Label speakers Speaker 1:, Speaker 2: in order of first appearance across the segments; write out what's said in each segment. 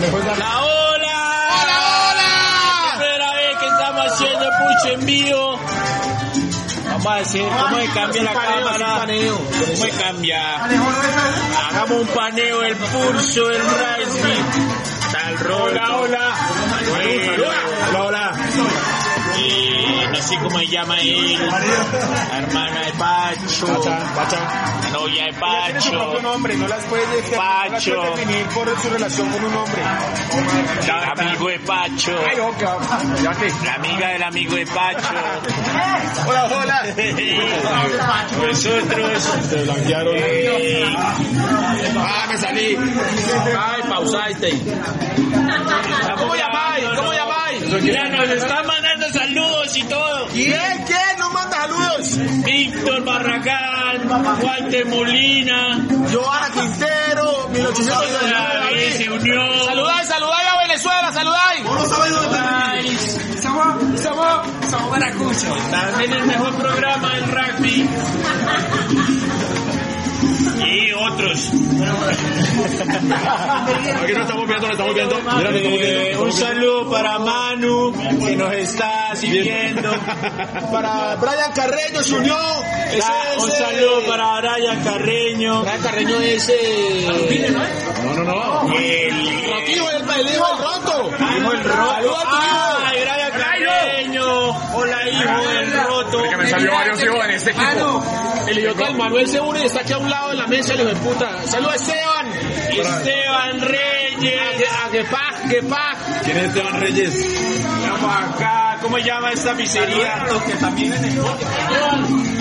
Speaker 1: después de...
Speaker 2: ¡La ola!
Speaker 1: ¡Hola, hola!
Speaker 2: Primera vez que estamos haciendo pucho en vivo. Vamos a decir cómo se cambia la cámara. ¿Cómo se cambia? Hagamos un paneo del pulso del rugby. Tal rola, hola. Hola, hola. Y no sé cómo se llama él. La hermana de Pacho.
Speaker 1: Pacha, Pacha.
Speaker 2: La novia de
Speaker 3: Ella tiene su propio
Speaker 2: Pacho.
Speaker 3: nombre, no las puedes definir, no las
Speaker 2: Pacho.
Speaker 3: puedes definir por su relación con un hombre.
Speaker 2: El amigo de Pacho.
Speaker 3: Ay, no, cabrón. Ya que.
Speaker 2: La amiga del amigo de Pacho.
Speaker 3: Hola, hola.
Speaker 2: Nosotros.
Speaker 1: Se blanquearon.
Speaker 2: Ah, me salí. Ay, pausaste. ¿Cómo llamáis? ¿Cómo llamáis? Mira, nos están mandando saludos y todo.
Speaker 3: ¿Quién? ¿Quién? No manda saludos.
Speaker 2: Víctor Barragán, Juan de Molina,
Speaker 3: Joana Quintero, 1800.
Speaker 2: otra vez se unió.
Speaker 3: Saludáis, saludáis a Venezuela, saludáis. No sabéis dónde estamos. Estamos, estamos Veracruz.
Speaker 2: También el mejor programa del rugby. Y otros.
Speaker 1: Aquí no estamos viendo, no estamos viendo. Mira, no estamos
Speaker 2: Eh,
Speaker 1: viendo.
Speaker 2: un saludo para Manu, que nos está siguiendo.
Speaker 3: Para Brian Carreño se unió. Ese
Speaker 2: Ah, un
Speaker 3: es, eh,
Speaker 2: saludo para Araya Carreño.
Speaker 3: Brian Carreño es. eh,
Speaker 1: No, no, no.
Speaker 2: El
Speaker 3: El hijo del el hijo del roto.
Speaker 2: hijo del roto.
Speaker 3: Saluda a tu hijo.
Speaker 2: Ay, Araya Carreño. Hola, hijo del roto.
Speaker 4: Que me salió varios hijos en este equipo.
Speaker 3: El idiota del Manuel se une y está aquí a un lado en la mesa, el hijo de puta. Saludos a Esteban.
Speaker 2: Esteban Reyes.
Speaker 3: A Gepag, Gepag.
Speaker 1: ¿Quién es Esteban Reyes?
Speaker 2: Vamos acá. ¿Cómo llama esta pizzería?
Speaker 3: Y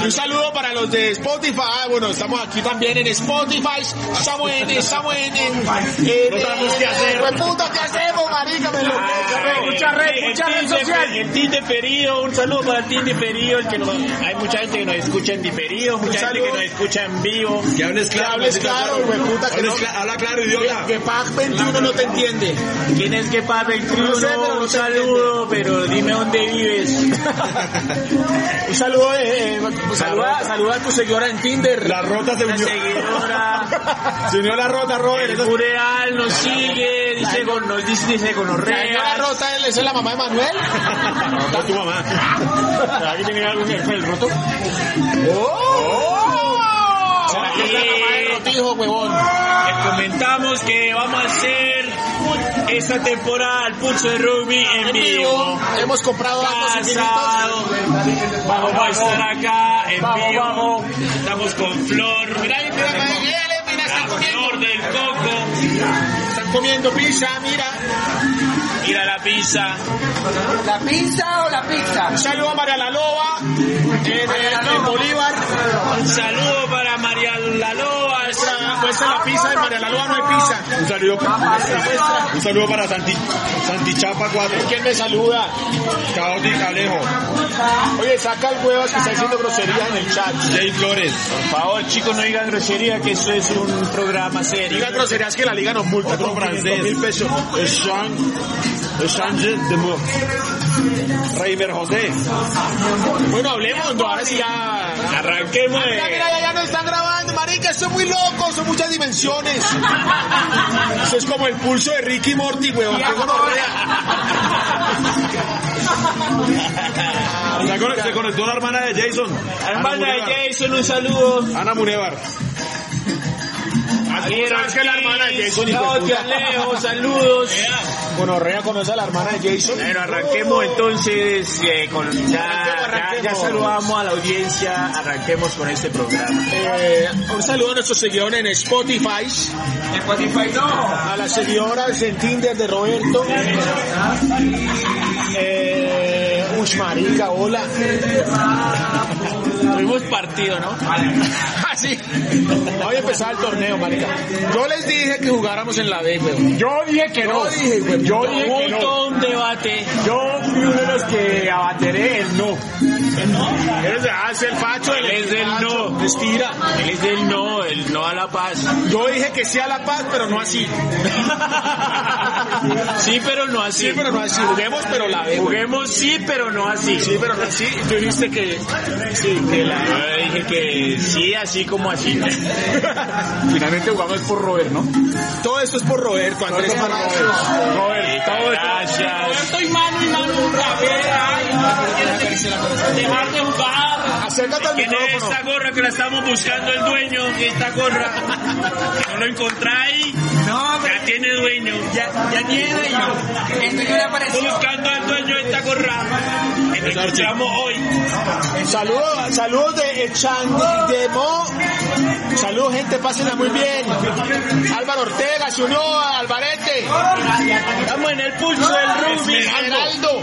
Speaker 3: Un saludo para los de Spotify. Ah, bueno, estamos aquí también en Spotify. Estamos en, estamos en, en,
Speaker 1: No sabemos qué hacer.
Speaker 3: Pues puta, ¿qué hacemos, marica? Me lo
Speaker 2: Mucha red, mucha red social. El Team Diferido, un saludo para el Team Diferido. el que nos- hay mucha gente que nos escucha en diferido, mucha gente que
Speaker 3: saludo.
Speaker 2: nos escucha en vivo.
Speaker 1: Que hables
Speaker 3: Que
Speaker 1: claro.
Speaker 3: hables claro, güey, puta, que no.
Speaker 1: Hables cla- Habla claro, idiota.
Speaker 3: Que PAC 21 no te entiende.
Speaker 2: ¿Quién es que paga el triunfo?
Speaker 3: No sé, pero
Speaker 2: un
Speaker 3: no sé.
Speaker 2: saludo, pero dime dónde vives.
Speaker 3: Un saludo, eh, eh, saluda, saluda a tu seguidora en Tinder.
Speaker 1: La rota se
Speaker 2: Una
Speaker 1: unió.
Speaker 2: seguidora.
Speaker 1: Se unió la rota, Robert.
Speaker 2: El
Speaker 1: Eso-
Speaker 2: Pureal nos sigue, dice con, nos dice, dice con
Speaker 3: La señora Rosa, ¿él es la mamá de Manuel?
Speaker 1: No, tu mamá.
Speaker 2: Aquí tiene algo que ver con el roto.
Speaker 3: ¡Oh!
Speaker 2: ¿Será que es la mamá del
Speaker 3: rotijo, huevón?
Speaker 2: Les comentamos que vamos a hacer esta temporada el pulso de rugby en vivo.
Speaker 3: Hemos comprado
Speaker 2: Cada
Speaker 3: datos
Speaker 2: sábado vamos a estar acá en vivo. Estamos con Flor. Mira, ahí
Speaker 3: Mira,
Speaker 2: tenemos
Speaker 3: mira, mira,
Speaker 2: la
Speaker 3: están comiendo,
Speaker 2: Flor del Coco.
Speaker 3: están comiendo pizza, mira.
Speaker 2: Ir a la pizza.
Speaker 5: ¿La pizza o la pizza?
Speaker 3: Un saludo a María la Loba, en, eh, en Bolívar.
Speaker 2: Un saludo para María Laloa.
Speaker 3: Muestra, muestra la pizza de María la Loba, no hay pizza.
Speaker 1: Un saludo para, un saludo para Santi, Santi Chapa 4.
Speaker 3: ¿Quién me saluda?
Speaker 1: Caótica Alejo.
Speaker 3: Oye, saca el huevas que está haciendo groserías en el chat.
Speaker 1: Jay Flores.
Speaker 2: Por favor, chicos, no digan grosería, que eso es un programa serio.
Speaker 3: Diga groserías que la liga nos multa
Speaker 1: Otro
Speaker 3: con
Speaker 1: francés.
Speaker 3: 500 mil pesos.
Speaker 1: Jean, Jean de Mur. Reimer José.
Speaker 3: Bueno, hablemos, no, ahora sí ya.
Speaker 2: Arranquemos.
Speaker 3: Mira,
Speaker 2: de-
Speaker 3: mira, ya, ya no están grabando, marica, esto es muy loco, son muchas dimensiones. Eso es como el pulso de Ricky Morty, huevón. qué gonorrea.
Speaker 1: Se con- se conectó la hermana de Jason.
Speaker 2: Hermana
Speaker 1: Ana
Speaker 2: de
Speaker 1: Munevar.
Speaker 2: Jason, un saludo.
Speaker 1: Ana Munevar.
Speaker 3: ¿Sabes que la hermana de Jason, hijo de
Speaker 2: Claudia,
Speaker 3: puta?
Speaker 2: Leo, saludos.
Speaker 3: Gonorrea conoce a la hermana de Jason.
Speaker 2: Bueno, arranquemos entonces eh, con ya, ya,
Speaker 3: Arranquemos,
Speaker 2: ya
Speaker 3: arranquemos.
Speaker 2: saludamos a la audiencia, arranquemos con este programa.
Speaker 3: Eh, un saludo a nuestros seguidores en Spotify. A las seguidoras en Tinder de Roberto. Eh, uy, marica, hola.
Speaker 2: Tuvimos partido, ¿no?
Speaker 3: Ah, sí. Hoy empezaba el torneo, marica. Yo les dije que jugáramos en la B, weón.
Speaker 4: Yo dije que no.
Speaker 3: Yo dije, weón.
Speaker 4: Yo dije
Speaker 3: Este
Speaker 4: que no.
Speaker 2: Junto un debate.
Speaker 4: Yo fui uno de los que abateré el no.
Speaker 3: Eres- ah, es el facho.
Speaker 2: Él es del no,
Speaker 3: Respira.
Speaker 2: él es del no, el no a la la paz.
Speaker 3: Yo dije que sí a la paz, pero no así.
Speaker 2: Sí, pero no así.
Speaker 3: Sí, pero no así. Juguemos, pero la vemos.
Speaker 2: Juguemos sí, pero no así.
Speaker 3: Sí, pero no así. Tú dijiste que sí, que la...
Speaker 2: Yo dije que sí, así como así.
Speaker 4: Finalmente jugamos por Robert, ¿no?
Speaker 3: Todo esto es por Roberto, Andrés por Roberto. Roberto, todo esto.
Speaker 2: Gracias.
Speaker 6: Estoy mano y mano otra vez. ay, Dejar de jugar.
Speaker 3: Acércate al
Speaker 2: ¿Quién es
Speaker 3: micrófono.
Speaker 2: esta gorra que la estamos buscando el dueño? Esta gorra. No lo encontráis.
Speaker 5: No, pero
Speaker 2: Ya tiene dueño.
Speaker 5: ya, ya tiene yo. Esto que le apareció.
Speaker 2: Estamos buscando al dueño de esta gorra. Que lo encontramos hoy.
Speaker 3: Saludos, saludos de Echandi de Mo. Saludos, gente, pásenla muy bien. Álvaro Ortega, se unió a Alvarete. Ah,
Speaker 2: Estamos en el pulso del rugby.
Speaker 3: Esmeraldo.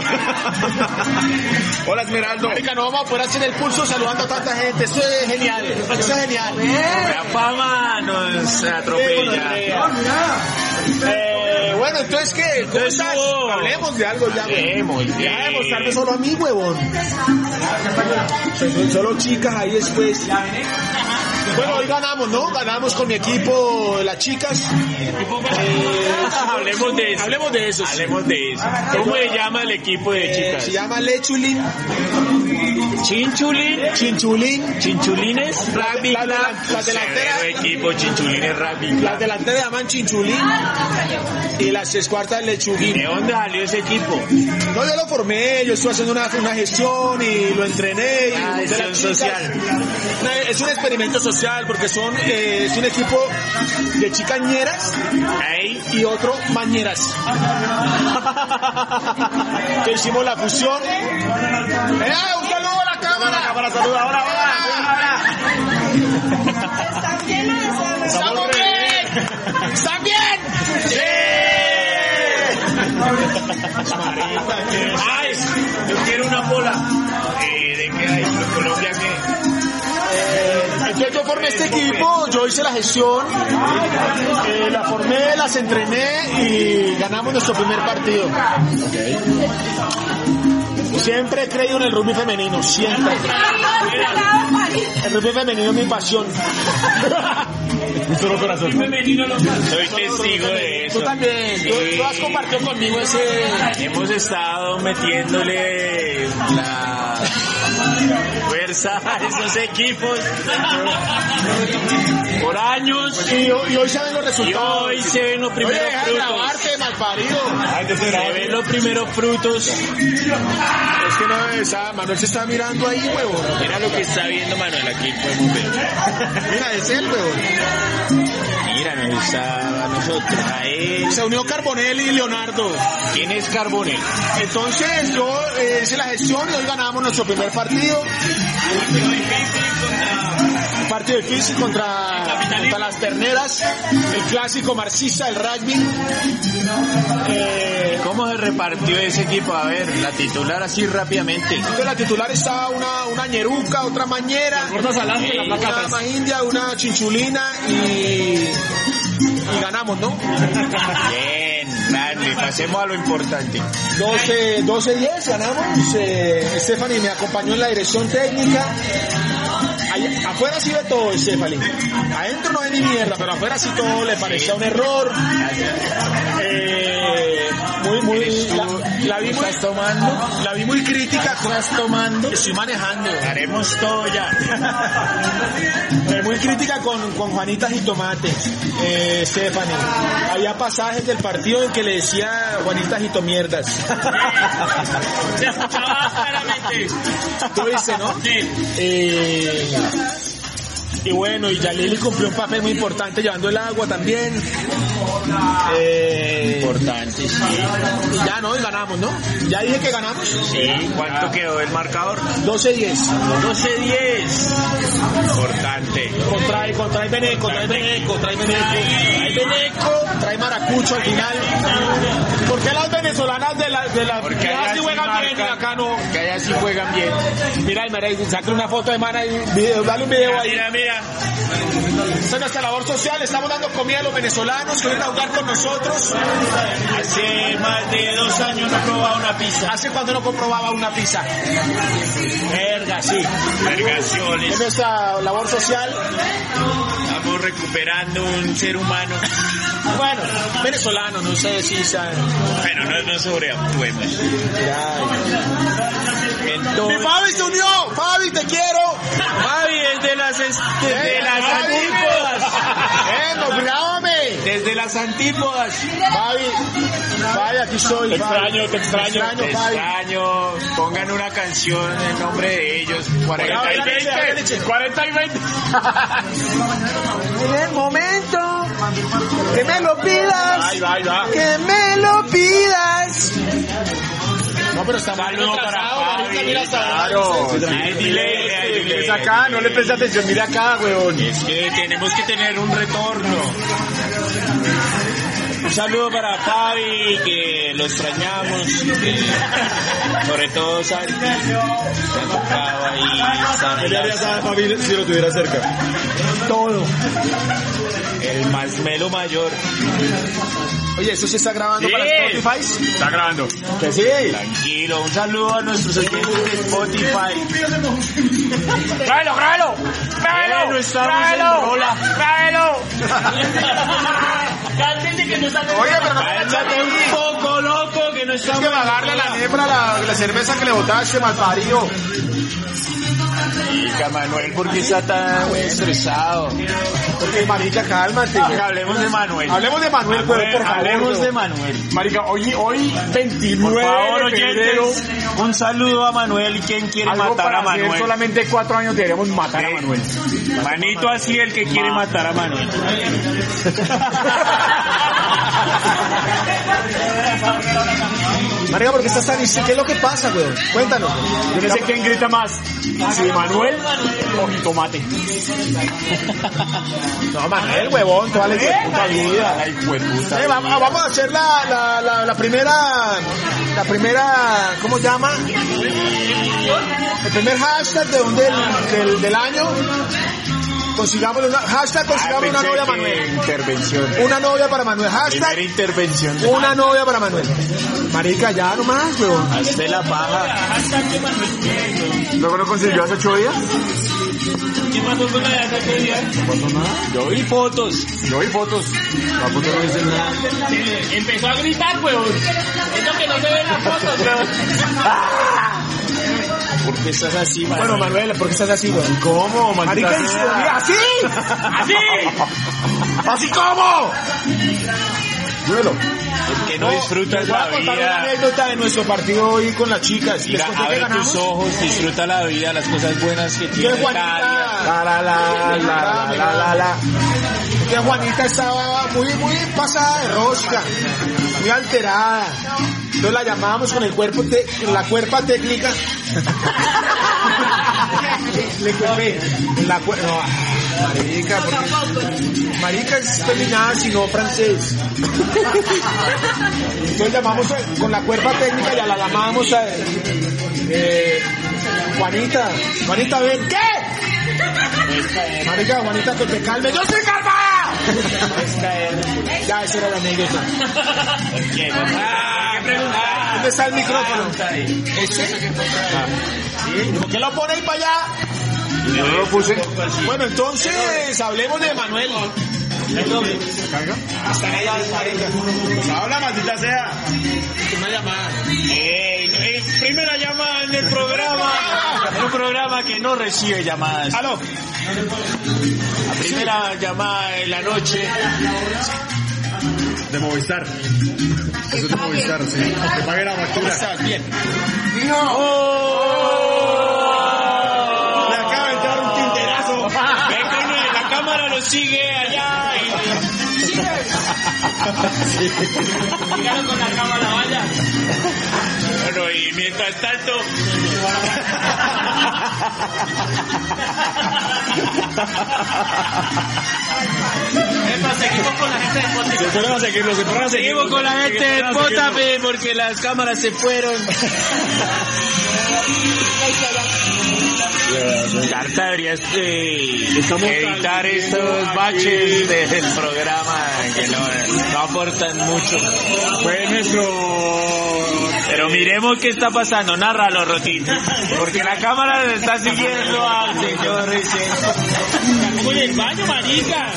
Speaker 1: Hola Esmeraldo.
Speaker 3: Marica, no vamos a poder hacer el pulso saludando a tanta gente. Eso es genial. Eso es genial.
Speaker 2: La fama nos atropella.
Speaker 3: Eh, bueno, entonces, ¿qué? ¿Cómo
Speaker 2: Entonces,
Speaker 3: estás?
Speaker 2: hubo-
Speaker 3: Hablemos de algo ya. güey. Ya
Speaker 2: Hemos,
Speaker 3: demostrarme solo a mí, huevón. Solo- Solo chicas ahí después. Bueno, hoy ganamos, ¿no? Ganamos con mi equipo, las chicas.
Speaker 2: Hablemos de eso.
Speaker 3: Hablemos de eso. sí.
Speaker 2: Hablemos de eso. ¿Cómo se llama el equipo de
Speaker 3: Eh, Se
Speaker 2: chicas?
Speaker 3: llama Lechulín,
Speaker 2: Chinchulín.
Speaker 3: Chinchulín,
Speaker 2: Chinchulines Rugby
Speaker 3: Eh, La- la-
Speaker 2: Club.
Speaker 3: la delantera.
Speaker 2: Severo equipo Chinchulines Rugby
Speaker 3: las
Speaker 2: Club.
Speaker 3: delanteras llaman Chinchulín y las escuartas Lechuguín.
Speaker 2: ¿De dónde salió ese equipo?
Speaker 3: No, yo lo formé, yo estuve haciendo una, una gestión y lo entrené. Y
Speaker 2: Ah,
Speaker 3: junté
Speaker 2: gestión
Speaker 3: las chicas.
Speaker 2: social.
Speaker 3: No, Es un experimento social porque son eh, es un equipo de chicañeras
Speaker 2: Ahí.
Speaker 3: y otro Mañeras. que hicimos la fusión. ¡Eh, un saludo a la cámara! saluda, ahora, ¡Estamos bien!
Speaker 6: eh.
Speaker 3: ¡Están bien!
Speaker 2: ¡Ay! Yo quiero una bola. Eh, ¿De qué hay? ¿De Colombia qué?
Speaker 3: Entonces yo formé este equipo, yo hice la gestión, eh, la formé, las entrené y ganamos nuestro primer partido. Siempre he creído en el rugby femenino, siempre. El rugby femenino es mi pasión.
Speaker 2: Soy testigo de
Speaker 3: Tú
Speaker 2: eso.
Speaker 3: también, tú, tú has compartido conmigo ese...
Speaker 2: Hemos estado metiéndole la fuerza a esos equipos por años
Speaker 3: Y, y hoy saben los
Speaker 2: y
Speaker 3: resultados.
Speaker 2: hoy se ven los
Speaker 3: Oye,
Speaker 2: primeros
Speaker 3: deja de
Speaker 2: frutos.
Speaker 3: grabarte, malparido.
Speaker 2: Se ven los primeros frutos.
Speaker 3: Es que no, esa, Manuel se está mirando ahí, huevón.
Speaker 2: Mira lo que está viendo Manuel aquí. pues, podemos ver.
Speaker 3: Mira, es él, huevón.
Speaker 2: Mira, nos está a nosotros. A él.
Speaker 3: Se unió Carbonelli y Leonardo.
Speaker 2: ¿Quién es Carbonell?
Speaker 3: Entonces yo eh, hice la gestión y hoy ganamos nuestro primer partido. Partido difícil contra, contra las terneras, el clásico marxista, el rugby. Eh,
Speaker 2: ¿Cómo se repartió ese equipo? A ver, la titular así rápidamente.
Speaker 3: Entonces la titular estaba una, una ñeruca, otra mañera, una más india, una chinchulina y, y ganamos, ¿no?
Speaker 2: Bien, dale, pasemos a lo importante.
Speaker 3: 12, 12-10 ganamos. Eh, Stephanie me acompañó en la dirección técnica. Ahí- afuera sí ve todo, Stephanie. Adentro no hay ni mierda, pero afuera sí todo le parecía un error. Eh, muy, muy. La, la vi muy,
Speaker 2: ¿Estás tomando?
Speaker 3: la vi muy crítica.
Speaker 2: ¿Estás tomando?
Speaker 3: Estoy manejando.
Speaker 2: Haremos todo ya.
Speaker 3: Eh, muy crítica con, con Juanitas y Tomate, eh, Stephanie. Había pasajes del partido en que le decía Juanitas y Tomierdas.
Speaker 6: Se escuchaba claramente.
Speaker 3: Tú dices, ¿no?
Speaker 6: Sí.
Speaker 3: Eh, y bueno, y Yalili cumplió un papel muy importante llevando el agua también. Eh,
Speaker 2: Importante, sí.
Speaker 3: y ya no, y ganamos, ¿no? Ya dije que ganamos.
Speaker 2: Sí, ¿Cuánto quedó el marcador?
Speaker 3: 12-10.
Speaker 2: 12-10. Importante.
Speaker 3: Contrae, contrae Beneco, trae Beneco, trae Beneco. Trae Beneco, trae Maracucho al final. ¿Por qué las venezolanas de la, de la
Speaker 2: Porque allá
Speaker 3: ya sí
Speaker 2: sí
Speaker 3: juegan
Speaker 2: marcan.
Speaker 3: bien y acá no?
Speaker 2: Que allá sí juegan bien.
Speaker 3: Mira, y Mara, saca una foto de Mara y video, dale un video ahí.
Speaker 2: Mira, mira.
Speaker 3: Esta es nuestra labor social, estamos dando comida a los venezolanos que vienen a jugar con nosotros.
Speaker 2: Hace más de dos años no probaba una pizza.
Speaker 3: Hace cuando no comprobaba una pizza.
Speaker 2: Verga, sí. Vergaciones.
Speaker 3: Es nuestra labor social.
Speaker 2: Estamos recuperando un ser humano,
Speaker 3: Bueno, venezolano, no sé si saben.
Speaker 2: pero no, no sobreactuemos.
Speaker 3: ¡Mi
Speaker 2: Entonces,
Speaker 3: Fabi se unió! ¡Fabi, te quiero!
Speaker 2: Fabi, desde las, est- desde
Speaker 3: Venga,
Speaker 2: las
Speaker 3: Fabi.
Speaker 2: antípodas,
Speaker 3: ¡Vengo, grábame!
Speaker 2: desde las antípodas,
Speaker 3: Fabi, Fabi, aquí estoy. Te
Speaker 2: extraño,
Speaker 3: te extraño.
Speaker 2: te
Speaker 3: Te extraño, Fabi.
Speaker 2: extraño, pongan una canción en nombre de ellos, 40 y
Speaker 3: háblale,
Speaker 2: 20, 40 y 20.
Speaker 7: En el momento que me lo pidas,
Speaker 3: Ahí va, ahí va.
Speaker 7: que me lo pidas.
Speaker 3: No, pero está mal.
Speaker 2: Saludo para Fabi, claro, hay delay, hay delay.
Speaker 4: Es acá, no le preste atención, mira acá, weón.
Speaker 2: Es que tenemos que tener un retorno. Un saludo para Fabi, que lo extrañamos. que sobre todo Santi. que ha tocado ahí, Santi,
Speaker 1: ¿Qué le harías a Fabi si lo tuviera cerca?
Speaker 2: El más melo mayor.
Speaker 3: Oye, ¿eso se está grabando
Speaker 2: Sí.
Speaker 3: para Spotify?
Speaker 4: Está grabando.
Speaker 3: Que sí.
Speaker 2: Tranquilo, un saludo a nuestros oyentes de Spotify.
Speaker 6: ¡Tráelo, tráelo!
Speaker 2: Bueno,
Speaker 6: ¡Tráelo!
Speaker 2: estamos en rola.
Speaker 6: ¡Tráelo! Cálmate que no sale.
Speaker 3: Oye, pero no
Speaker 2: Cállate un poco, loco, que no
Speaker 3: tienes
Speaker 2: estamos...
Speaker 3: que pagarle a la nepra la, la cerveza que le botaste, malparido.
Speaker 2: Chica, Manuel, ¿por qué está tan estresado?
Speaker 3: Porque, marica, cálmate. güey.
Speaker 2: Ah, Hablemos de Manuel.
Speaker 3: Hablemos de Manuel, güey, por favor.
Speaker 2: pues, Hablemos
Speaker 3: güey.
Speaker 2: de Manuel.
Speaker 4: Marica, hoy, hoy, 29
Speaker 2: Por favor,
Speaker 4: de febrero,
Speaker 2: oyentes, un saludo a Manuel. ¿Quién quiere
Speaker 4: algo
Speaker 2: matar
Speaker 4: para
Speaker 2: a
Speaker 4: hacer
Speaker 2: Manuel?
Speaker 4: solamente cuatro años deberíamos matar a
Speaker 2: Sí.
Speaker 4: Manuel.
Speaker 2: Manito así el que quiere matar a Manuel.
Speaker 3: Marica, ¿por qué estás tan dice? ¿Qué es lo que pasa, güey? Cuéntanos.
Speaker 4: Yo no sé quién grita más, si Manuel o Jitomate.
Speaker 3: No, Manuel, huevón, toda la puta vida.
Speaker 4: Ay, puta.
Speaker 3: Eh, vamos, vamos a hacer la, la, la, la primera, la primera, ¿cómo se llama? El primer hashtag de un- del, del, del año. Consigamos una, hashtag consigamos una novia a Manuel.
Speaker 4: Intervención.
Speaker 3: Una novia para Manuel. Hashtag
Speaker 4: Primera intervención.
Speaker 3: una novia para Manuel. Marica, ya nomás, weón.
Speaker 2: Hazte la paja.
Speaker 4: Luego no consiguió hace ocho días.
Speaker 6: ¿Qué pasó con la de hace tres días?
Speaker 2: Yo vi fotos.
Speaker 4: Yo vi fotos. La foto no dice nada.
Speaker 6: Empezó a gritar, huevón. Eso que no se ve en las fotos, huevón.
Speaker 2: ¿Por qué estás así, Manuel?
Speaker 3: Bueno, Manuel, ¿por qué estás así, weón?
Speaker 4: ¿Cómo, maldita
Speaker 3: Marica, ¿y si
Speaker 4: sea?
Speaker 3: te mira así?
Speaker 6: ¡Así!
Speaker 3: ¿Así cómo? Duelo.
Speaker 2: que no disfrutas
Speaker 3: Voy
Speaker 2: la
Speaker 3: a contar una
Speaker 2: vida.
Speaker 3: anécdota de nuestro partido hoy con las chicas. Les
Speaker 2: Mira,
Speaker 3: conté que
Speaker 2: abre tus
Speaker 3: ganamos.
Speaker 2: ojos, disfruta la vida, las cosas buenas que
Speaker 3: Que
Speaker 2: tienes cada día.
Speaker 3: Juanita.
Speaker 4: La, la, la, la, la, la, la, la.
Speaker 3: Que Juanita estaba muy, muy pasada de rosca, muy alterada. Entonces la llamábamos con el cuerpo, te- la cuerpa técnica. Le cuerpé. La cuer- no, marica, porque- marica es feminada, sino francés. Entonces llamamos a- con la cuerpa técnica, ya la llamábamos a... eh, Juanita, Juanita, ven, ¿qué? Marica, Juanita, que te calme. ¡Yo soy calmada! ya, esa era la anécdota.
Speaker 2: Ah,
Speaker 3: ¿Dónde está el micrófono? ¿Este? Ah. ¿Por qué lo pone ahí para allá?
Speaker 4: Yo no lo puse.
Speaker 3: Bueno, entonces, hablemos de Manuel.
Speaker 1: Habla, maldita sea.
Speaker 2: eh, eh, primera llamada en el programa. En un programa que no recibe llamadas.
Speaker 1: Aló.
Speaker 2: La primera llamada de la noche.
Speaker 1: De Movistar. Eso es de Movistar, sí. Que pague la factura.
Speaker 2: Bien.
Speaker 1: Le acaba de entrar un tinterazo.
Speaker 2: Ven con él, la cámara lo sigue allá. y-
Speaker 6: Llegaron con la cámara, vaya.
Speaker 2: Bueno, y mientras tanto.
Speaker 6: Epa, seguimos con la gente de Spotify.
Speaker 1: Se fueron a seguirlo, se fueron a seguirlo.
Speaker 2: Seguimos con la gente de Spotify porque las cámaras se fueron. Carta deberías eh, editar estos baches del programa que no, no aportan mucho.
Speaker 1: Fue nuestro
Speaker 2: Pero miremos qué está pasando, nárralo Rotín, porque la cámara le está siguiendo al señor Richie.
Speaker 6: Como en el baño, marica.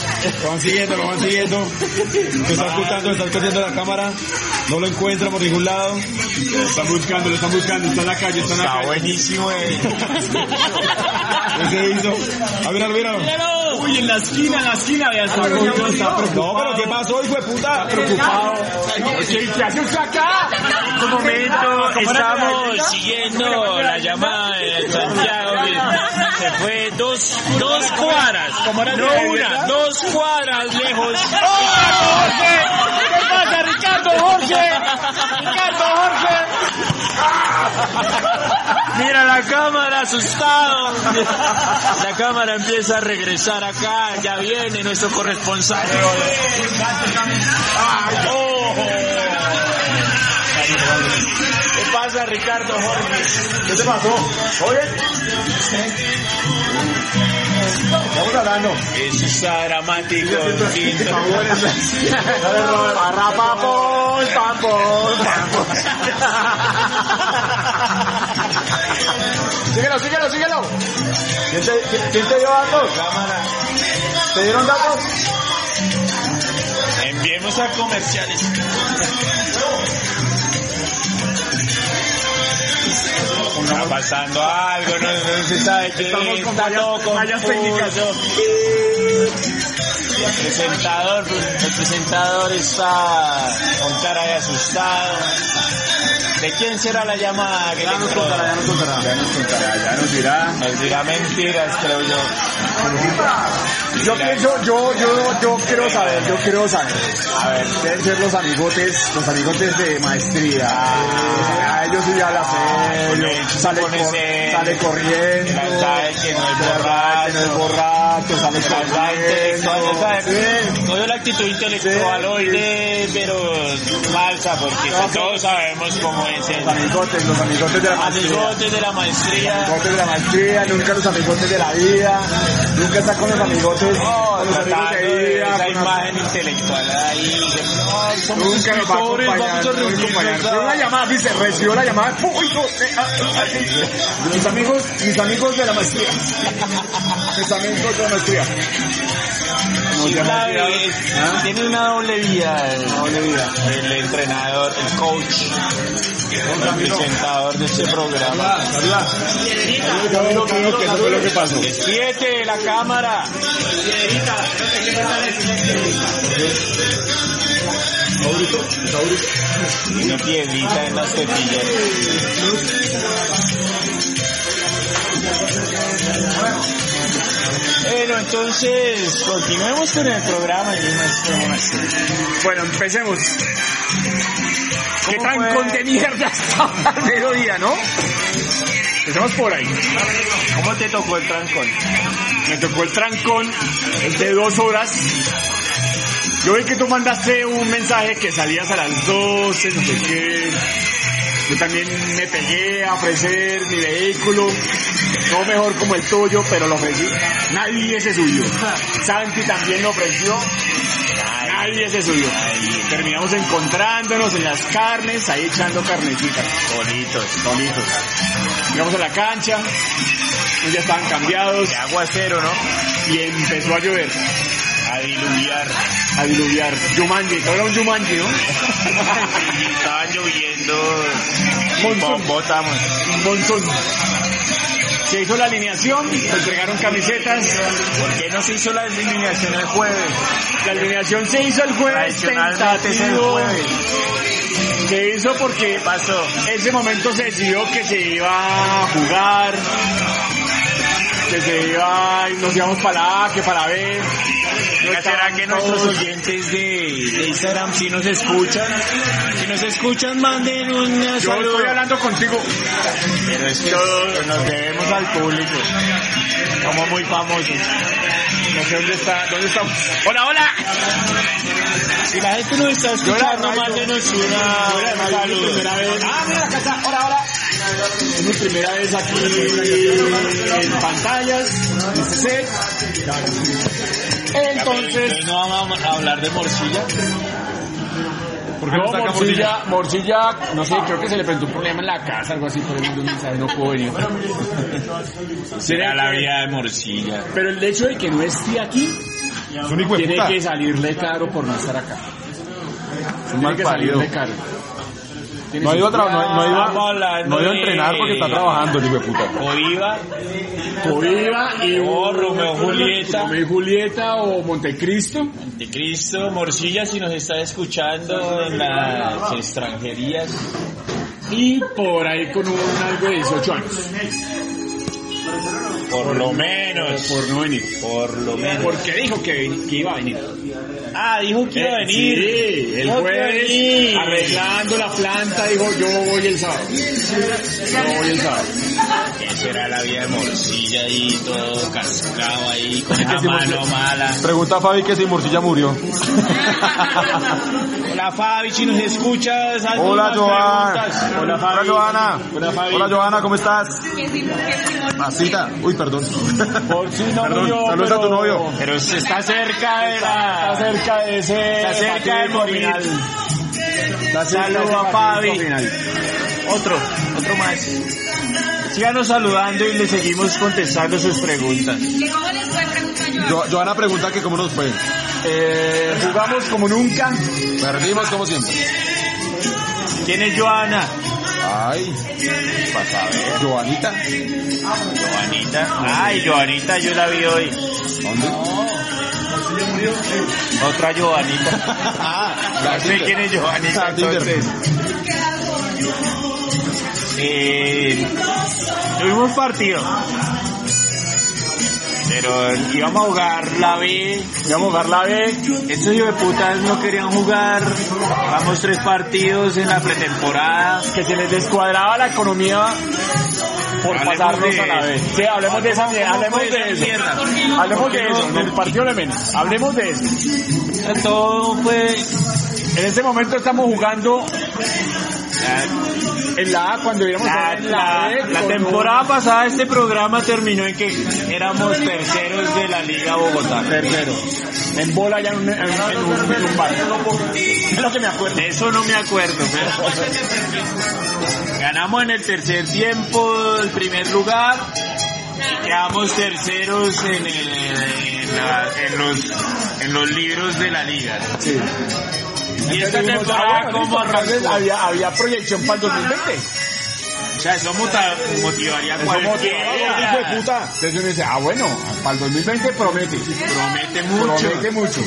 Speaker 1: Lo van siguiendo, lo van siguiendo. Lo están ocultando, lo están escondiendo la cámara. No lo encuentran por ningún lado.
Speaker 4: Lo están buscando, lo están buscando, está en la calle, está en la
Speaker 3: Está
Speaker 4: calle.
Speaker 3: buenísimo, eh.
Speaker 1: ¿Qué se hizo? Ah, mira, mira.
Speaker 6: Pero,
Speaker 4: Uy, en la esquina, en la esquina,
Speaker 6: Ah,
Speaker 4: vea, está orgulloso, está
Speaker 1: No,
Speaker 4: preocupado.
Speaker 1: pero ¿qué pasó, hijo de puta? Preocupado.
Speaker 4: Oye, ¿qué hace usted acá?
Speaker 6: Ah,
Speaker 4: Un momento,
Speaker 2: Estamos siguiendo la llamada de Santiago. que Se fue dos, dos cuadras, no una, dos cuadras lejos.
Speaker 6: ¡Oh, ¿Qué pasa, Ricardo Jorge? Ricardo Jorge.
Speaker 2: Mira la cámara, asustado. La cámara empieza a regresar acá, ya viene nuestro corresponsal. Ojo. ¿Qué pasa, Ricardo Jorge?
Speaker 3: ¿Qué te pasó? Oye. Vamos hablando.
Speaker 2: Eso está dramático.
Speaker 3: Parra, papos, papos, papos. Síguelo, síguelo, síguelo. ¿Quién te, quién- quién te dio datos? ¿Te dieron datos?
Speaker 2: Enviemos a comerciales. Está pasando algo, no, no se sabe qué
Speaker 4: Estamos con
Speaker 2: está
Speaker 4: fallas-
Speaker 2: todo
Speaker 4: fallas técnicas.
Speaker 2: confuso. El presentador, el presentador está con cara de asustado. ¿De quién será la llamada? que le entró?
Speaker 3: nos contará. Ya nos contará, ya nos dirá.
Speaker 2: Nos dirá mentiras, creo yo.
Speaker 3: Yo pienso, yo, yo, yo quiero saber, yo quiero saber. A ver, deben ser los amigotes, los amigotes de maestría. A ellos sí ya la sé. Sale,
Speaker 2: Con
Speaker 3: cor-
Speaker 2: ese-
Speaker 3: sale
Speaker 2: La
Speaker 3: corriendo.
Speaker 2: verdad es que no es borracho.
Speaker 3: No es borracho, sale
Speaker 2: La verdad intelectual, ya sabes,
Speaker 3: corriendo. Sí.
Speaker 2: toda la actitud intelectual
Speaker 3: Sí,
Speaker 2: hoy
Speaker 3: sí. Ah,
Speaker 2: de, pero falsa, porque
Speaker 3: No,
Speaker 2: todos sabemos cómo es el
Speaker 3: Los amigotes, los amigotes de la
Speaker 2: Ah,
Speaker 3: maestría.
Speaker 2: amigote de la maestría.
Speaker 3: amigotes de la maestría, nunca los amigotes de la vida, nunca está con los amigotes, con los amigos
Speaker 2: Tratando
Speaker 3: de
Speaker 2: de
Speaker 3: vida,
Speaker 2: esa
Speaker 3: con los-
Speaker 2: imagen intelectual ahí. Ay, somos
Speaker 3: nunca nos va a
Speaker 2: escritores,
Speaker 3: acompañar,
Speaker 2: vamos a
Speaker 3: nunca nos va a acompañar.
Speaker 2: reunirnos a-
Speaker 3: Recibió la llamada, dice, recibió la llamada, uy, no, eh, ah, ah, ah, mis amigos, mis amigos de la maestría, mis amigos de la maestría.
Speaker 2: Sí, sabe, es- Tiene una ¿ah? doble vida. El, El entrenador, el coach, el presentador de este programa.
Speaker 1: Yo creo que eso fue lo que pasó.
Speaker 2: Siete, la cámara. Una piedrita en las tetillas. Bueno, entonces, continuemos con el programa. y nuestro maestro.
Speaker 4: Bueno, empecemos. Qué
Speaker 3: ¿Cómo
Speaker 4: tan
Speaker 3: fue?
Speaker 4: con de mierda estaba el mediodía, ¿no? Empecemos por ahí.
Speaker 2: ¿Cómo te tocó el trancón?
Speaker 4: Me tocó el trancón de dos horas. Yo vi que tú mandaste un mensaje que salías a las 12, no sé qué. Yo también me pegué a ofrecer mi vehículo, no mejor como el tuyo, pero lo ofrecí. Nadie se subió. Santi también lo ofreció. Nadie se subió. Terminamos encontrándonos en las carnes, ahí echando carnecitas. Bonitos, bonitos. Llegamos a la cancha, ellos ya estaban cambiados
Speaker 2: De aguacero, ¿no?
Speaker 4: y empezó a llover.
Speaker 2: A diluviar.
Speaker 4: A diluviar. Yumanji, todo era un Yumanji, ¿no?
Speaker 2: Y Estaban lloviendo.
Speaker 4: Monzón.
Speaker 2: Bombotamos.
Speaker 4: Un montón. Se hizo la alineación, se entregaron camisetas.
Speaker 2: ¿Por qué no se hizo la eliminación el jueves?
Speaker 4: La alineación se hizo el jueves
Speaker 2: Tradicionalmente es el
Speaker 4: tentativo.
Speaker 2: jueves.
Speaker 4: Se hizo porque
Speaker 2: Pasó.
Speaker 4: ese momento se decidió que se iba a jugar, que se iba, y nos íbamos para la A, que para B.
Speaker 2: Oiga, ¿Será que nuestros
Speaker 4: Todos-
Speaker 2: oyentes de, de Instagram si nos escuchan? Si nos escuchan, manden un
Speaker 4: Yo
Speaker 2: saludo.
Speaker 4: estoy hablando contigo.
Speaker 2: Pero es que nos debemos al público. Somos muy famosos.
Speaker 4: No sé dónde está, dónde está.
Speaker 2: ¡Hola, hola! Si la gente nos está escuchando, mándenos una, un saludo.
Speaker 4: Ah, mira, acá está. Hola, hola. Es mi primera vez aquí en pantallas, en este set. Entonces,
Speaker 2: Entonces, no vamos a hablar de morcilla.
Speaker 8: ¿Por qué no saca morcilla?
Speaker 3: morcilla, morcilla, no sé, creo que se le presentó un problema en la casa, algo así, por eso no sabe, no puedo venir.
Speaker 2: Será la vida de morcilla.
Speaker 3: Pero el hecho de que no esté aquí,
Speaker 8: Es un hijo de
Speaker 3: tiene
Speaker 8: puta.
Speaker 3: que salirle caro por no estar acá. Tiene
Speaker 1: mal
Speaker 3: que
Speaker 1: parido.
Speaker 3: salirle caro. Tiene
Speaker 1: No
Speaker 3: su-
Speaker 1: iba a, tra- no, no iba,
Speaker 2: Vamos a hablar
Speaker 1: no iba a
Speaker 2: de-
Speaker 1: entrenar porque está trabajando, el hijo de puta.
Speaker 2: O iba,
Speaker 3: Coiba y
Speaker 2: Oh, Romeo y Julieta.
Speaker 3: Romeo y Julieta o Montecristo.
Speaker 2: de Cristo, morcilla, si nos está escuchando en las extranjerías.
Speaker 3: Y por ahí con un algo de 18 años.
Speaker 2: Por lo menos.
Speaker 3: Por no venir.
Speaker 2: Por lo menos.
Speaker 3: Porque dijo que, ven- que iba a venir.
Speaker 2: Ah, dijo que iba a venir.
Speaker 3: Eh, Sí, el
Speaker 2: Dijo que
Speaker 3: jueves
Speaker 2: venir.
Speaker 3: arreglando la planta dijo yo voy el sábado. Yo voy el sábado.
Speaker 2: ¿Qué será la vida de morcilla ahí, todo cascado ahí, con la
Speaker 1: si
Speaker 2: mano mala?
Speaker 1: Pregunta a Fabi que si Morcilla murió.
Speaker 2: Hola Fabi, si nos escuchas, haznos
Speaker 1: Hola,
Speaker 2: más
Speaker 1: Joana.
Speaker 2: preguntas.
Speaker 1: Hola, Joana.
Speaker 3: Hola, Fabi.
Speaker 1: Hola, Joana, ¿cómo estás? Masita. Uy, perdón.
Speaker 3: Por si no
Speaker 1: Perdón,
Speaker 3: murió,
Speaker 1: saludos a tu
Speaker 3: pero-
Speaker 1: novio.
Speaker 2: Pero se está cerca de la...
Speaker 3: Está cerca de ese.
Speaker 2: Está cerca de
Speaker 3: fatídico
Speaker 2: morir.
Speaker 3: final. Está cerca de
Speaker 2: Saludo
Speaker 3: ese
Speaker 2: a
Speaker 3: fatídico
Speaker 2: Fabi.
Speaker 3: final.
Speaker 2: Otro, otro más. Síganos saludando y le seguimos contestando sus preguntas.
Speaker 9: ¿Cómo les fue? Pregunta yo.
Speaker 1: Jo- Joana pregunta que cómo nos fue.
Speaker 3: Eh, jugamos como nunca.
Speaker 1: Perdimos como siempre.
Speaker 2: ¿Quién es Joana?
Speaker 1: Ay,
Speaker 2: Vas a ver,
Speaker 1: Joanita.
Speaker 2: Joanita. Ay, Joanita, yo la vi hoy.
Speaker 1: ¿Dónde?
Speaker 2: Otra Joanita.
Speaker 1: La
Speaker 2: No sé
Speaker 1: Tinder.
Speaker 2: quién es Joanita.
Speaker 1: La Tinder.
Speaker 2: entonces. Eh, tuvimos partido. Pero íbamos a jugar la B, íbamos a jugar la B. Estos hijos de putas no querían jugar. Jugamos tres partidos en la pretemporada.
Speaker 3: que se les descuadraba la economía por
Speaker 2: Hablemos
Speaker 3: pasarnos
Speaker 2: de-
Speaker 3: a la vez. Sí, hablemos de esa mierda, hablemos
Speaker 2: fue
Speaker 3: de
Speaker 2: esa
Speaker 3: eso.
Speaker 2: mierda?
Speaker 3: Hablemos
Speaker 2: ¿Por qué
Speaker 3: de
Speaker 2: no?
Speaker 3: eso, en el partido de menos. Hablemos de eso.
Speaker 2: Todo fue
Speaker 3: En este momento estamos jugando en la A cuando íbamos a
Speaker 2: La,
Speaker 3: estar en la,
Speaker 2: la-
Speaker 3: B
Speaker 2: la
Speaker 3: con
Speaker 2: temporada pasada este programa terminó en que éramos terceros de la Liga Bogotá.
Speaker 3: un tercero. En bola ya en, un- en un- en un- en un bar. Es lo que me acuerdo.
Speaker 2: De eso no me acuerdo, pero... Ganamos en el tercer tiempo el primer lugar y quedamos terceros en, el- en la- en los, en los libros de la liga. Y esta
Speaker 3: Entonces dijimos,
Speaker 2: temporada,
Speaker 3: ah, bueno,
Speaker 2: ¿cómo
Speaker 3: listo, entonces
Speaker 2: arrancó?
Speaker 3: había, había proyección para el 2020.
Speaker 2: O sea, eso mota- motivaría a
Speaker 3: Eso motivaba, hijo de
Speaker 2: cualquiera.
Speaker 3: puta. Entonces uno dice, ah bueno, para el 2020 promete.
Speaker 2: Promete mucho.
Speaker 3: Promete mucho.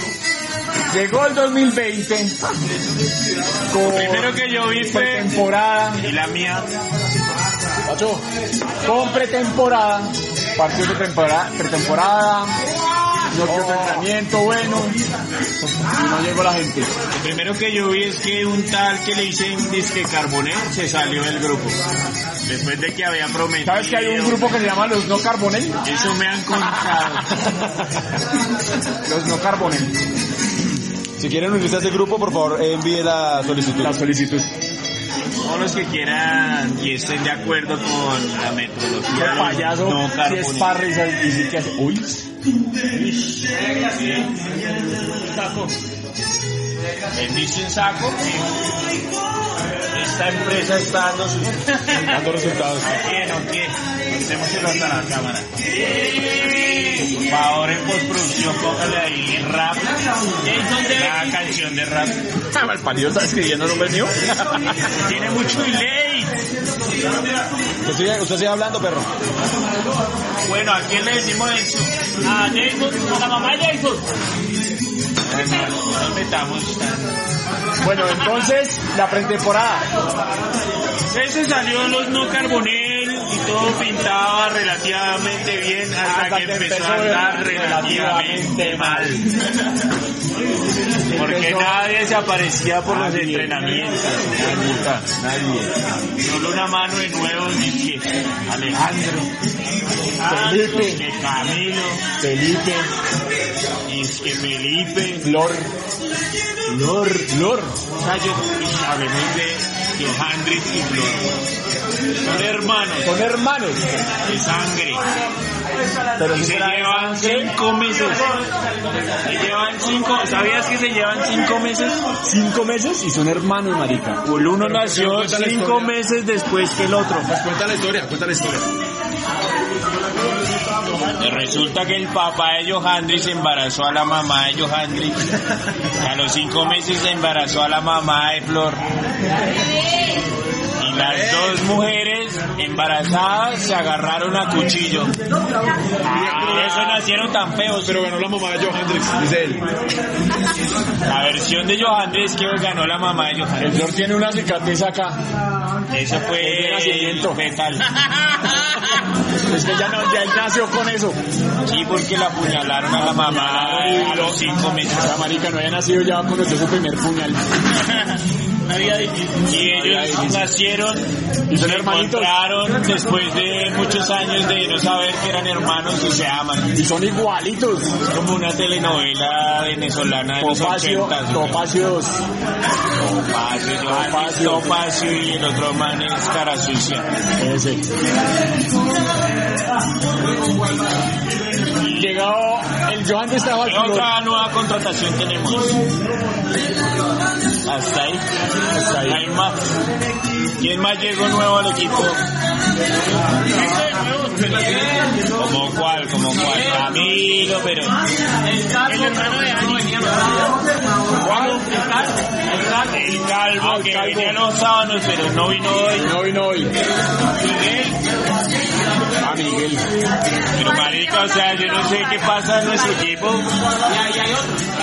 Speaker 3: Llegó el 2020
Speaker 2: Primero
Speaker 3: con
Speaker 2: que yo vi fue...
Speaker 3: pretemporada,
Speaker 2: Y la mía,
Speaker 3: Pacho, con pretemporada, partidos de temporada, pretemporada, no quiero entrenamiento bueno, y no llegó la gente.
Speaker 2: lo primero que yo vi es que un tal que le dicen disque carbonero se salió del grupo. Después de que había prometido.
Speaker 3: ¿Sabes que hay un grupo que se llama los no carbonel?
Speaker 2: Eso me han contado.
Speaker 3: Los no carbonel.
Speaker 1: Si quieren unirse a ese grupo, por favor, envíe la solicitud.
Speaker 3: La solicitud.
Speaker 2: Todos los que quieran y estén de acuerdo con la metodología.
Speaker 3: Qué
Speaker 2: de los
Speaker 3: payaso,
Speaker 2: no
Speaker 3: si es
Speaker 2: carbonero.
Speaker 3: parra y se- y sí que hace, uy,
Speaker 2: Me dicen saco. Esta empresa está dando sus
Speaker 8: Dando resultados.
Speaker 2: Bien, ok. Contémoselo hasta la cámara. Por favor, en postproducción, póngale ahí rap. La canción de rap.
Speaker 1: Ah,
Speaker 3: el parido está escribiendo el nombre mío.
Speaker 2: Tiene mucho delay.
Speaker 1: Usted sigue, usted sigue hablando, perro.
Speaker 2: Bueno, ¿a quién le decimos eso? A Jason, a la mamá de Jason. No nos metamos.
Speaker 3: Bueno, entonces, la pretemporada.
Speaker 2: Ese salió en los no carbonel y todo pintaba relativamente bien hasta, que, empezó, a andar relativamente mal. Porque
Speaker 3: Empezó-
Speaker 2: nadie se aparecía por los
Speaker 3: Nadie.
Speaker 2: entrenamientos. Nadie. Solo una mano de nuevo dije Alejandro. Alejandro,
Speaker 3: Felipe.
Speaker 2: que Camilo. Felipe. Es que Felipe.
Speaker 3: Flor. Flor. Flor.
Speaker 2: O sea, yo y hablemos de Johandrick y Flor. Son hermanos
Speaker 3: Son hermanos.
Speaker 2: de sangre.
Speaker 1: Pero sí
Speaker 2: Se
Speaker 1: se la
Speaker 2: llevan cinco meses. Se llevan cinco. ¿Sabías que se llevan cinco meses?
Speaker 10: Cinco meses y son hermanos, marica.
Speaker 2: El uno nació
Speaker 1: cuenta la
Speaker 2: cinco
Speaker 1: historia.
Speaker 2: meses después que el otro.
Speaker 1: Cuenta la historia, cuenta la historia.
Speaker 2: Y Resulta que el papá de Johandri se embarazó a la mamá de Johandri. A los cinco meses se embarazó a la mamá de Flor. Y las dos mujeres embarazadas se agarraron a cuchillo. Por eso nacieron tan feos.
Speaker 1: Pero ganó la mamá de Joe Hendrix, dice él.
Speaker 2: La versión de Johandri es que ganó la mamá de Johandri.
Speaker 3: El flor tiene una cicatriz acá.
Speaker 2: Eso fue
Speaker 3: nacimiento.
Speaker 2: fetal.
Speaker 3: Es que ya, no, ya él nació con eso.
Speaker 2: Sí, porque la apuñalaron a la mamá a los cinco meses.
Speaker 3: La marica no había nacido ya cuando dio su primer puñal.
Speaker 2: Y ellos nacieron y se
Speaker 3: hermanitos.
Speaker 2: encontraron después de muchos años de no saber que eran hermanos y se aman.
Speaker 3: Y son igualitos.
Speaker 2: Es como una telenovela venezolana de los
Speaker 3: Topacio,
Speaker 2: ochentas. güey.
Speaker 3: Topacio 2.
Speaker 2: Topacio, Topacio, Topacio y el otro man es cara sucia.
Speaker 3: Ese. Llegado el Johan de estaba al
Speaker 2: ¿Qué
Speaker 3: flor.
Speaker 2: otra nueva contratación tenemos? Hasta ahí. Hasta ahí. Hay más. ¿Quién más llegó nuevo al equipo? ¿Como cuál? ¿Como cuál? Camilo, pero...
Speaker 6: El hermano de Ani venía mal.
Speaker 2: El calvo que venía los sábados, pero no vino hoy.
Speaker 3: No vino hoy. Ah, Miguel.
Speaker 2: Pero marica, o sea, yo no sé qué pasa en nuestro equipo.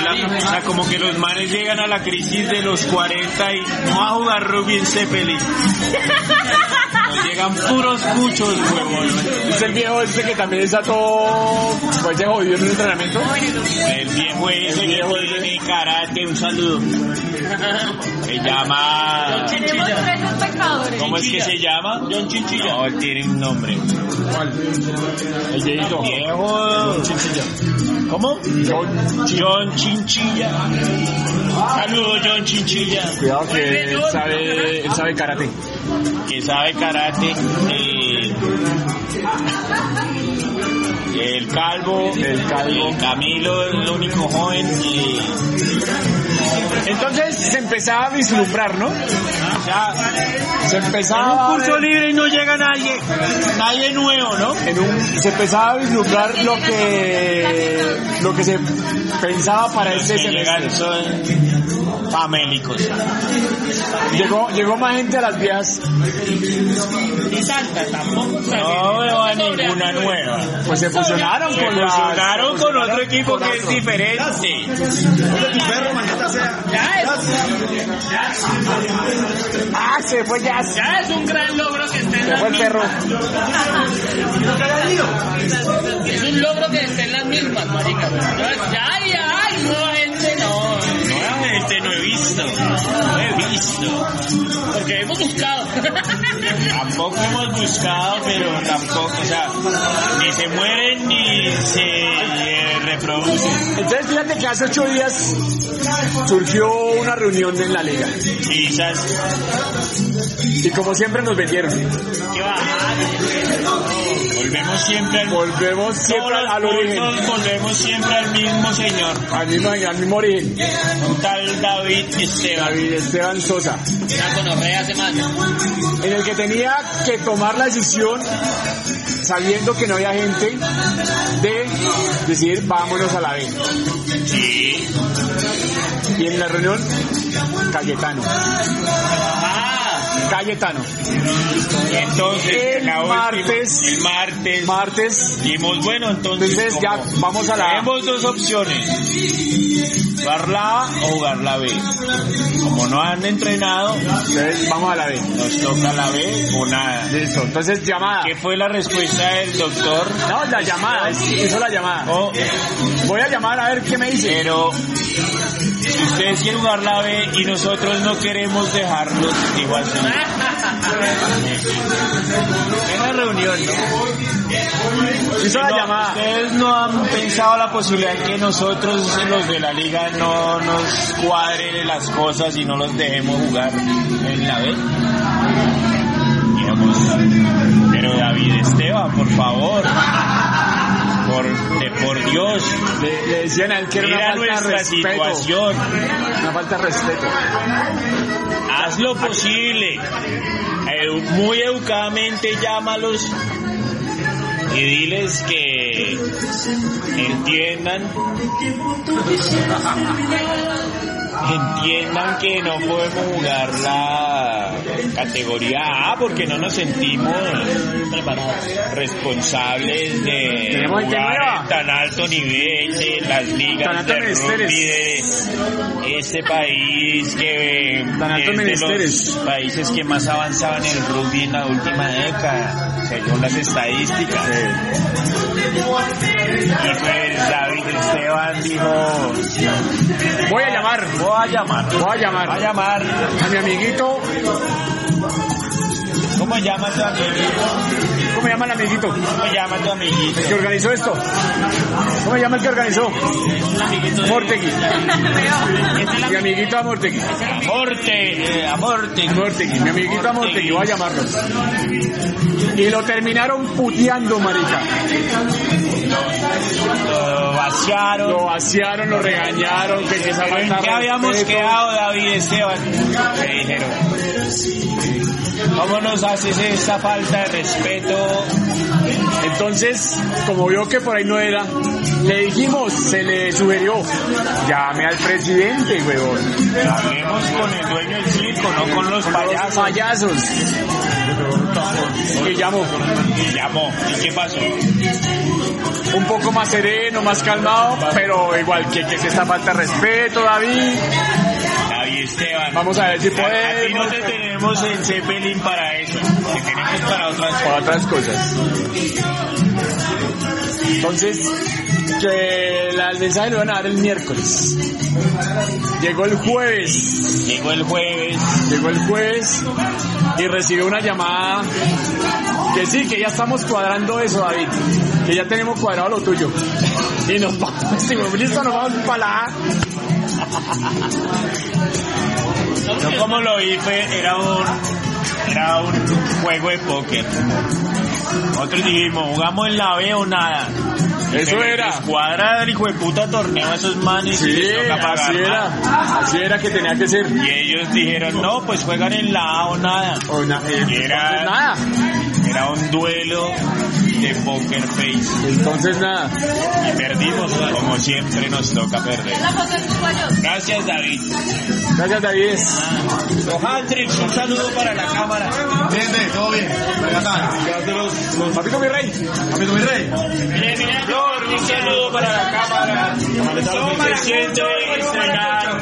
Speaker 2: La- o sea, como que los manes llegan a la crisis de los 40 y no a jugar rugby en Zeppelin. Nos llegan puros cuchos, huevón.
Speaker 3: Es el viejo este que también está todo. Pues se jodió en el entrenamiento.
Speaker 2: El viejo ese que tiene karate, un saludo. Se llama...
Speaker 11: Tenemos tres espectadores.
Speaker 2: ¿Cómo es que se llama? John Chinchilla. No, él tiene un nombre.
Speaker 3: El viejito.
Speaker 2: Viejo. ¿Cómo? John, Chinchilla. Saludos, John Chinchilla.
Speaker 3: Cuidado que él sabe, él sabe karate.
Speaker 2: Que sabe karate. eh, el calvo.
Speaker 3: El calvo.
Speaker 2: el Camilo, el único joven. Y,
Speaker 3: Entonces se empezaba a vislumbrar, ¿no?
Speaker 2: o sea,
Speaker 3: Se
Speaker 2: en un
Speaker 3: empezaba a
Speaker 2: curso
Speaker 3: ver-
Speaker 2: libre y no llega nadie. Nadie nuevo, ¿no?
Speaker 3: en un- se empezaba a vislumbrar lo que lo que se pensaba para este
Speaker 2: Que llegan
Speaker 3: semestre.
Speaker 2: son famélicos.
Speaker 3: Llegó, llegó más gente a las vías,
Speaker 6: Ni Santa tampoco.
Speaker 2: No veo a ninguna nueva.
Speaker 3: pues se fusionaron
Speaker 2: Se
Speaker 3: con las-
Speaker 2: fusionaron con otro equipo que es
Speaker 3: otro.
Speaker 2: diferente.
Speaker 6: Ya es,
Speaker 3: Ah, se fue ya. Se
Speaker 6: ya es un gran logro que esté en
Speaker 3: fue
Speaker 6: las
Speaker 3: el perro.
Speaker 6: mismas. Es un logro que esté en las mismas, marica. Ya, ya, ya, hay nueva gente, no.
Speaker 2: No, gente, Este no he visto. No he visto.
Speaker 6: Porque hemos buscado.
Speaker 2: Tampoco hemos buscado, pero tampoco, o sea, ni se mueren ni se eh, reproducen.
Speaker 3: Entonces fíjate que hace ocho días surgió una reunión en la liga.
Speaker 2: Quizás,
Speaker 3: Y como siempre nos vendieron.
Speaker 2: ¿qué va? Volvemos siempre al
Speaker 3: Volvemos
Speaker 2: todos
Speaker 3: siempre
Speaker 2: los
Speaker 3: al origen.
Speaker 2: puntos, volvemos siempre al mismo señor,
Speaker 3: Al mismo, al mismo origen.
Speaker 2: un tal David Esteban.
Speaker 3: David Esteban Sosa.
Speaker 6: Ya conorrea hace más.
Speaker 3: en el que tenía que tomar la decisión, sabiendo que no había gente, de decir vámonos a la B. Y en la reunión, Cayetano. Cayetano.
Speaker 2: Y entonces,
Speaker 3: El
Speaker 2: la última-
Speaker 3: martes.
Speaker 2: el martes,
Speaker 3: Martes,
Speaker 2: dijimos, bueno, entonces,
Speaker 3: entonces ya
Speaker 2: como
Speaker 3: vamos a la A.
Speaker 2: Tenemos dos opciones. Jugar la A o jugar la B. Como no han entrenado,
Speaker 3: Entonces vamos a la B.
Speaker 2: nos toca la B o nada.
Speaker 3: Listo. Entonces llamada.
Speaker 2: ¿Qué fue la respuesta del doctor?
Speaker 3: No, la llamada, es- hizo la llamada.
Speaker 2: Oh,
Speaker 3: Voy a llamar a ver qué me dice.
Speaker 2: pero si ustedes quieren jugar la B y nosotros no queremos dejarlos, igual se Una reunión, ¿no?
Speaker 3: Hizo la
Speaker 2: No,
Speaker 3: llamada.
Speaker 2: Ustedes no han pensado la posibilidad que nosotros, los de la liga, no nos cuadren las cosas y no los dejemos jugar en la B. Digamos, Pero David Esteban, por favor. Por, eh, por Dios,
Speaker 4: Le, le decían a él que era
Speaker 2: mira
Speaker 4: una falta de
Speaker 2: nuestra
Speaker 4: respeto.
Speaker 2: situación.
Speaker 4: Una falta de respeto.
Speaker 2: Haz lo posible. Eu- muy educadamente llámalos y diles que entiendan. Entiendan que no podemos jugar la categoría A porque no nos sentimos responsables de
Speaker 4: Tenemos gente
Speaker 2: jugar
Speaker 4: nueva.
Speaker 2: en tan alto nivel de las
Speaker 4: Tan
Speaker 2: ligas
Speaker 4: altos
Speaker 2: de rugby
Speaker 4: menesteres.
Speaker 2: de este país que eh,
Speaker 4: Tan altos
Speaker 2: es de
Speaker 4: menesteres.
Speaker 2: los países que más avanzaban en el rugby en la última década, según las estadísticas. Y pues David Esteban dijo,
Speaker 4: Voy a llamar.
Speaker 2: voy a llamar, voy
Speaker 4: Voy a llamar
Speaker 2: a llamar.
Speaker 4: a mi amiguito.
Speaker 2: ¿Cómo llama tu amiguito?
Speaker 4: ¿Cómo llama el amiguito?
Speaker 2: ¿Cómo llama tu amiguito?
Speaker 4: ¿El que organizó esto? ¿Cómo llama el que organizó? Mortegui. Mi amiguito a Mortegui.
Speaker 2: Amorte, eh, amorte.
Speaker 4: Mortegui. Mi amiguito a Mortegui. Voy a llamarlo. Y lo terminaron puteando, marica.
Speaker 2: Lo vaciaron.
Speaker 4: Lo vaciaron, lo regañaron, que que esa
Speaker 2: Pero ¿En
Speaker 4: falta
Speaker 2: qué habíamos
Speaker 4: respeto.
Speaker 2: quedado, David Esteban? Me dijeron. ¿Cómo nos haces esta falta de respeto?
Speaker 4: Entonces, como vio que por ahí no era, le dijimos, se le sugirió, llame al presidente, huevón.
Speaker 2: Hablemos con el dueño del circo, no con los
Speaker 4: Payasos.
Speaker 2: payasos.
Speaker 4: Payasos. Y llamó.
Speaker 2: Y llamó. ¿Y qué pasó?
Speaker 4: Un poco más sereno, más calmado, pero igual que, que es esta falta de respeto, David.
Speaker 2: David Esteban.
Speaker 4: Vamos a ver si
Speaker 2: a, a ti no
Speaker 4: podemos.
Speaker 2: te tenemos en Zeppelin para eso. Te tenemos para otras
Speaker 4: o
Speaker 2: cosas.
Speaker 4: otras cosas. Entonces, que la- el mensaje lo van a dar el miércoles. Llegó el jueves.
Speaker 2: Llegó el jueves.
Speaker 4: Llegó el juez y recibió una llamada que sí, que ya estamos cuadrando eso, David. Que ya tenemos cuadrado lo tuyo. Y nos vamos, y nos- listo, nos vamos para la A.
Speaker 2: Yo como lo vi fue, era un, era un juego de póker. Nosotros dijimos, jugamos en la B o nada.
Speaker 4: Eso era.
Speaker 2: Cuadra del hijo de puta torneo a esos manes y
Speaker 4: Sí,
Speaker 2: les toca pagar
Speaker 4: así
Speaker 2: más.
Speaker 4: era. Así era que tenía que ser.
Speaker 2: Y ellos dijeron, no, pues juegan en la A o nada.
Speaker 4: O na- eh,
Speaker 2: Y
Speaker 4: entonces
Speaker 2: era,
Speaker 4: nada.
Speaker 2: era un duelo de poker face.
Speaker 4: Entonces nada.
Speaker 2: Y perdimos, como siempre nos toca perder.
Speaker 11: La foto es tu yo.
Speaker 2: Gracias, David.
Speaker 4: Gracias, David.
Speaker 2: Ojandrix, un saludo para la cámara.
Speaker 3: Gente, todo bien. Acá están. Ya se los- los-
Speaker 4: Papito, mi rey.
Speaker 3: Papito, mi rey.
Speaker 2: Mire, mire, Flor, un saludo para la cámara. Se siente estrenar.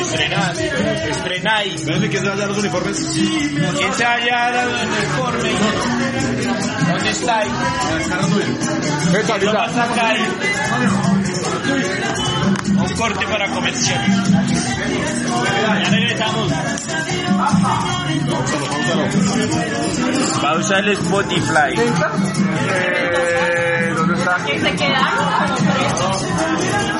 Speaker 2: Estrenar. Estrenáis.
Speaker 1: ¿Ven que se vayan los uniformes?
Speaker 2: ¿Quién se haya dado el uniforme? ¿Dónde estáis?
Speaker 4: Eso,
Speaker 2: Lo va a
Speaker 4: ahorita.
Speaker 2: sacar. Un corte para comerciales. Ya regresamos. Pausa el Spotify.
Speaker 4: Eh, ¿Dónde está?
Speaker 11: Que se quedaron como tres.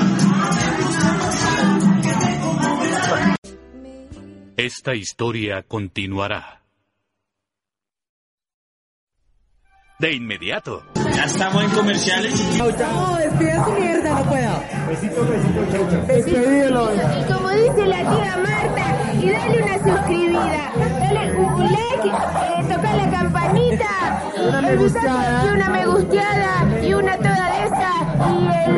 Speaker 12: Esta historia continuará. De inmediato.
Speaker 2: Ya estamos en comerciales.
Speaker 13: Y como dice la tía Marta, y dale una suscribida, dale un like, eh, toca la campanita, una me gusteada, y una me gusteada, y una toda esta, y el,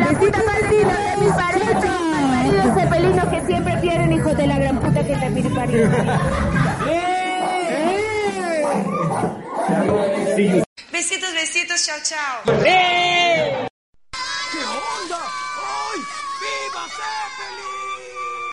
Speaker 13: la puta partida de mi pareja, maridos cepelinos que siempre tienen hijos de la gran puta que también parió. ¡Eh!
Speaker 11: Besitos, besitos, chao, chao.
Speaker 7: ¡Viva Zeppelin!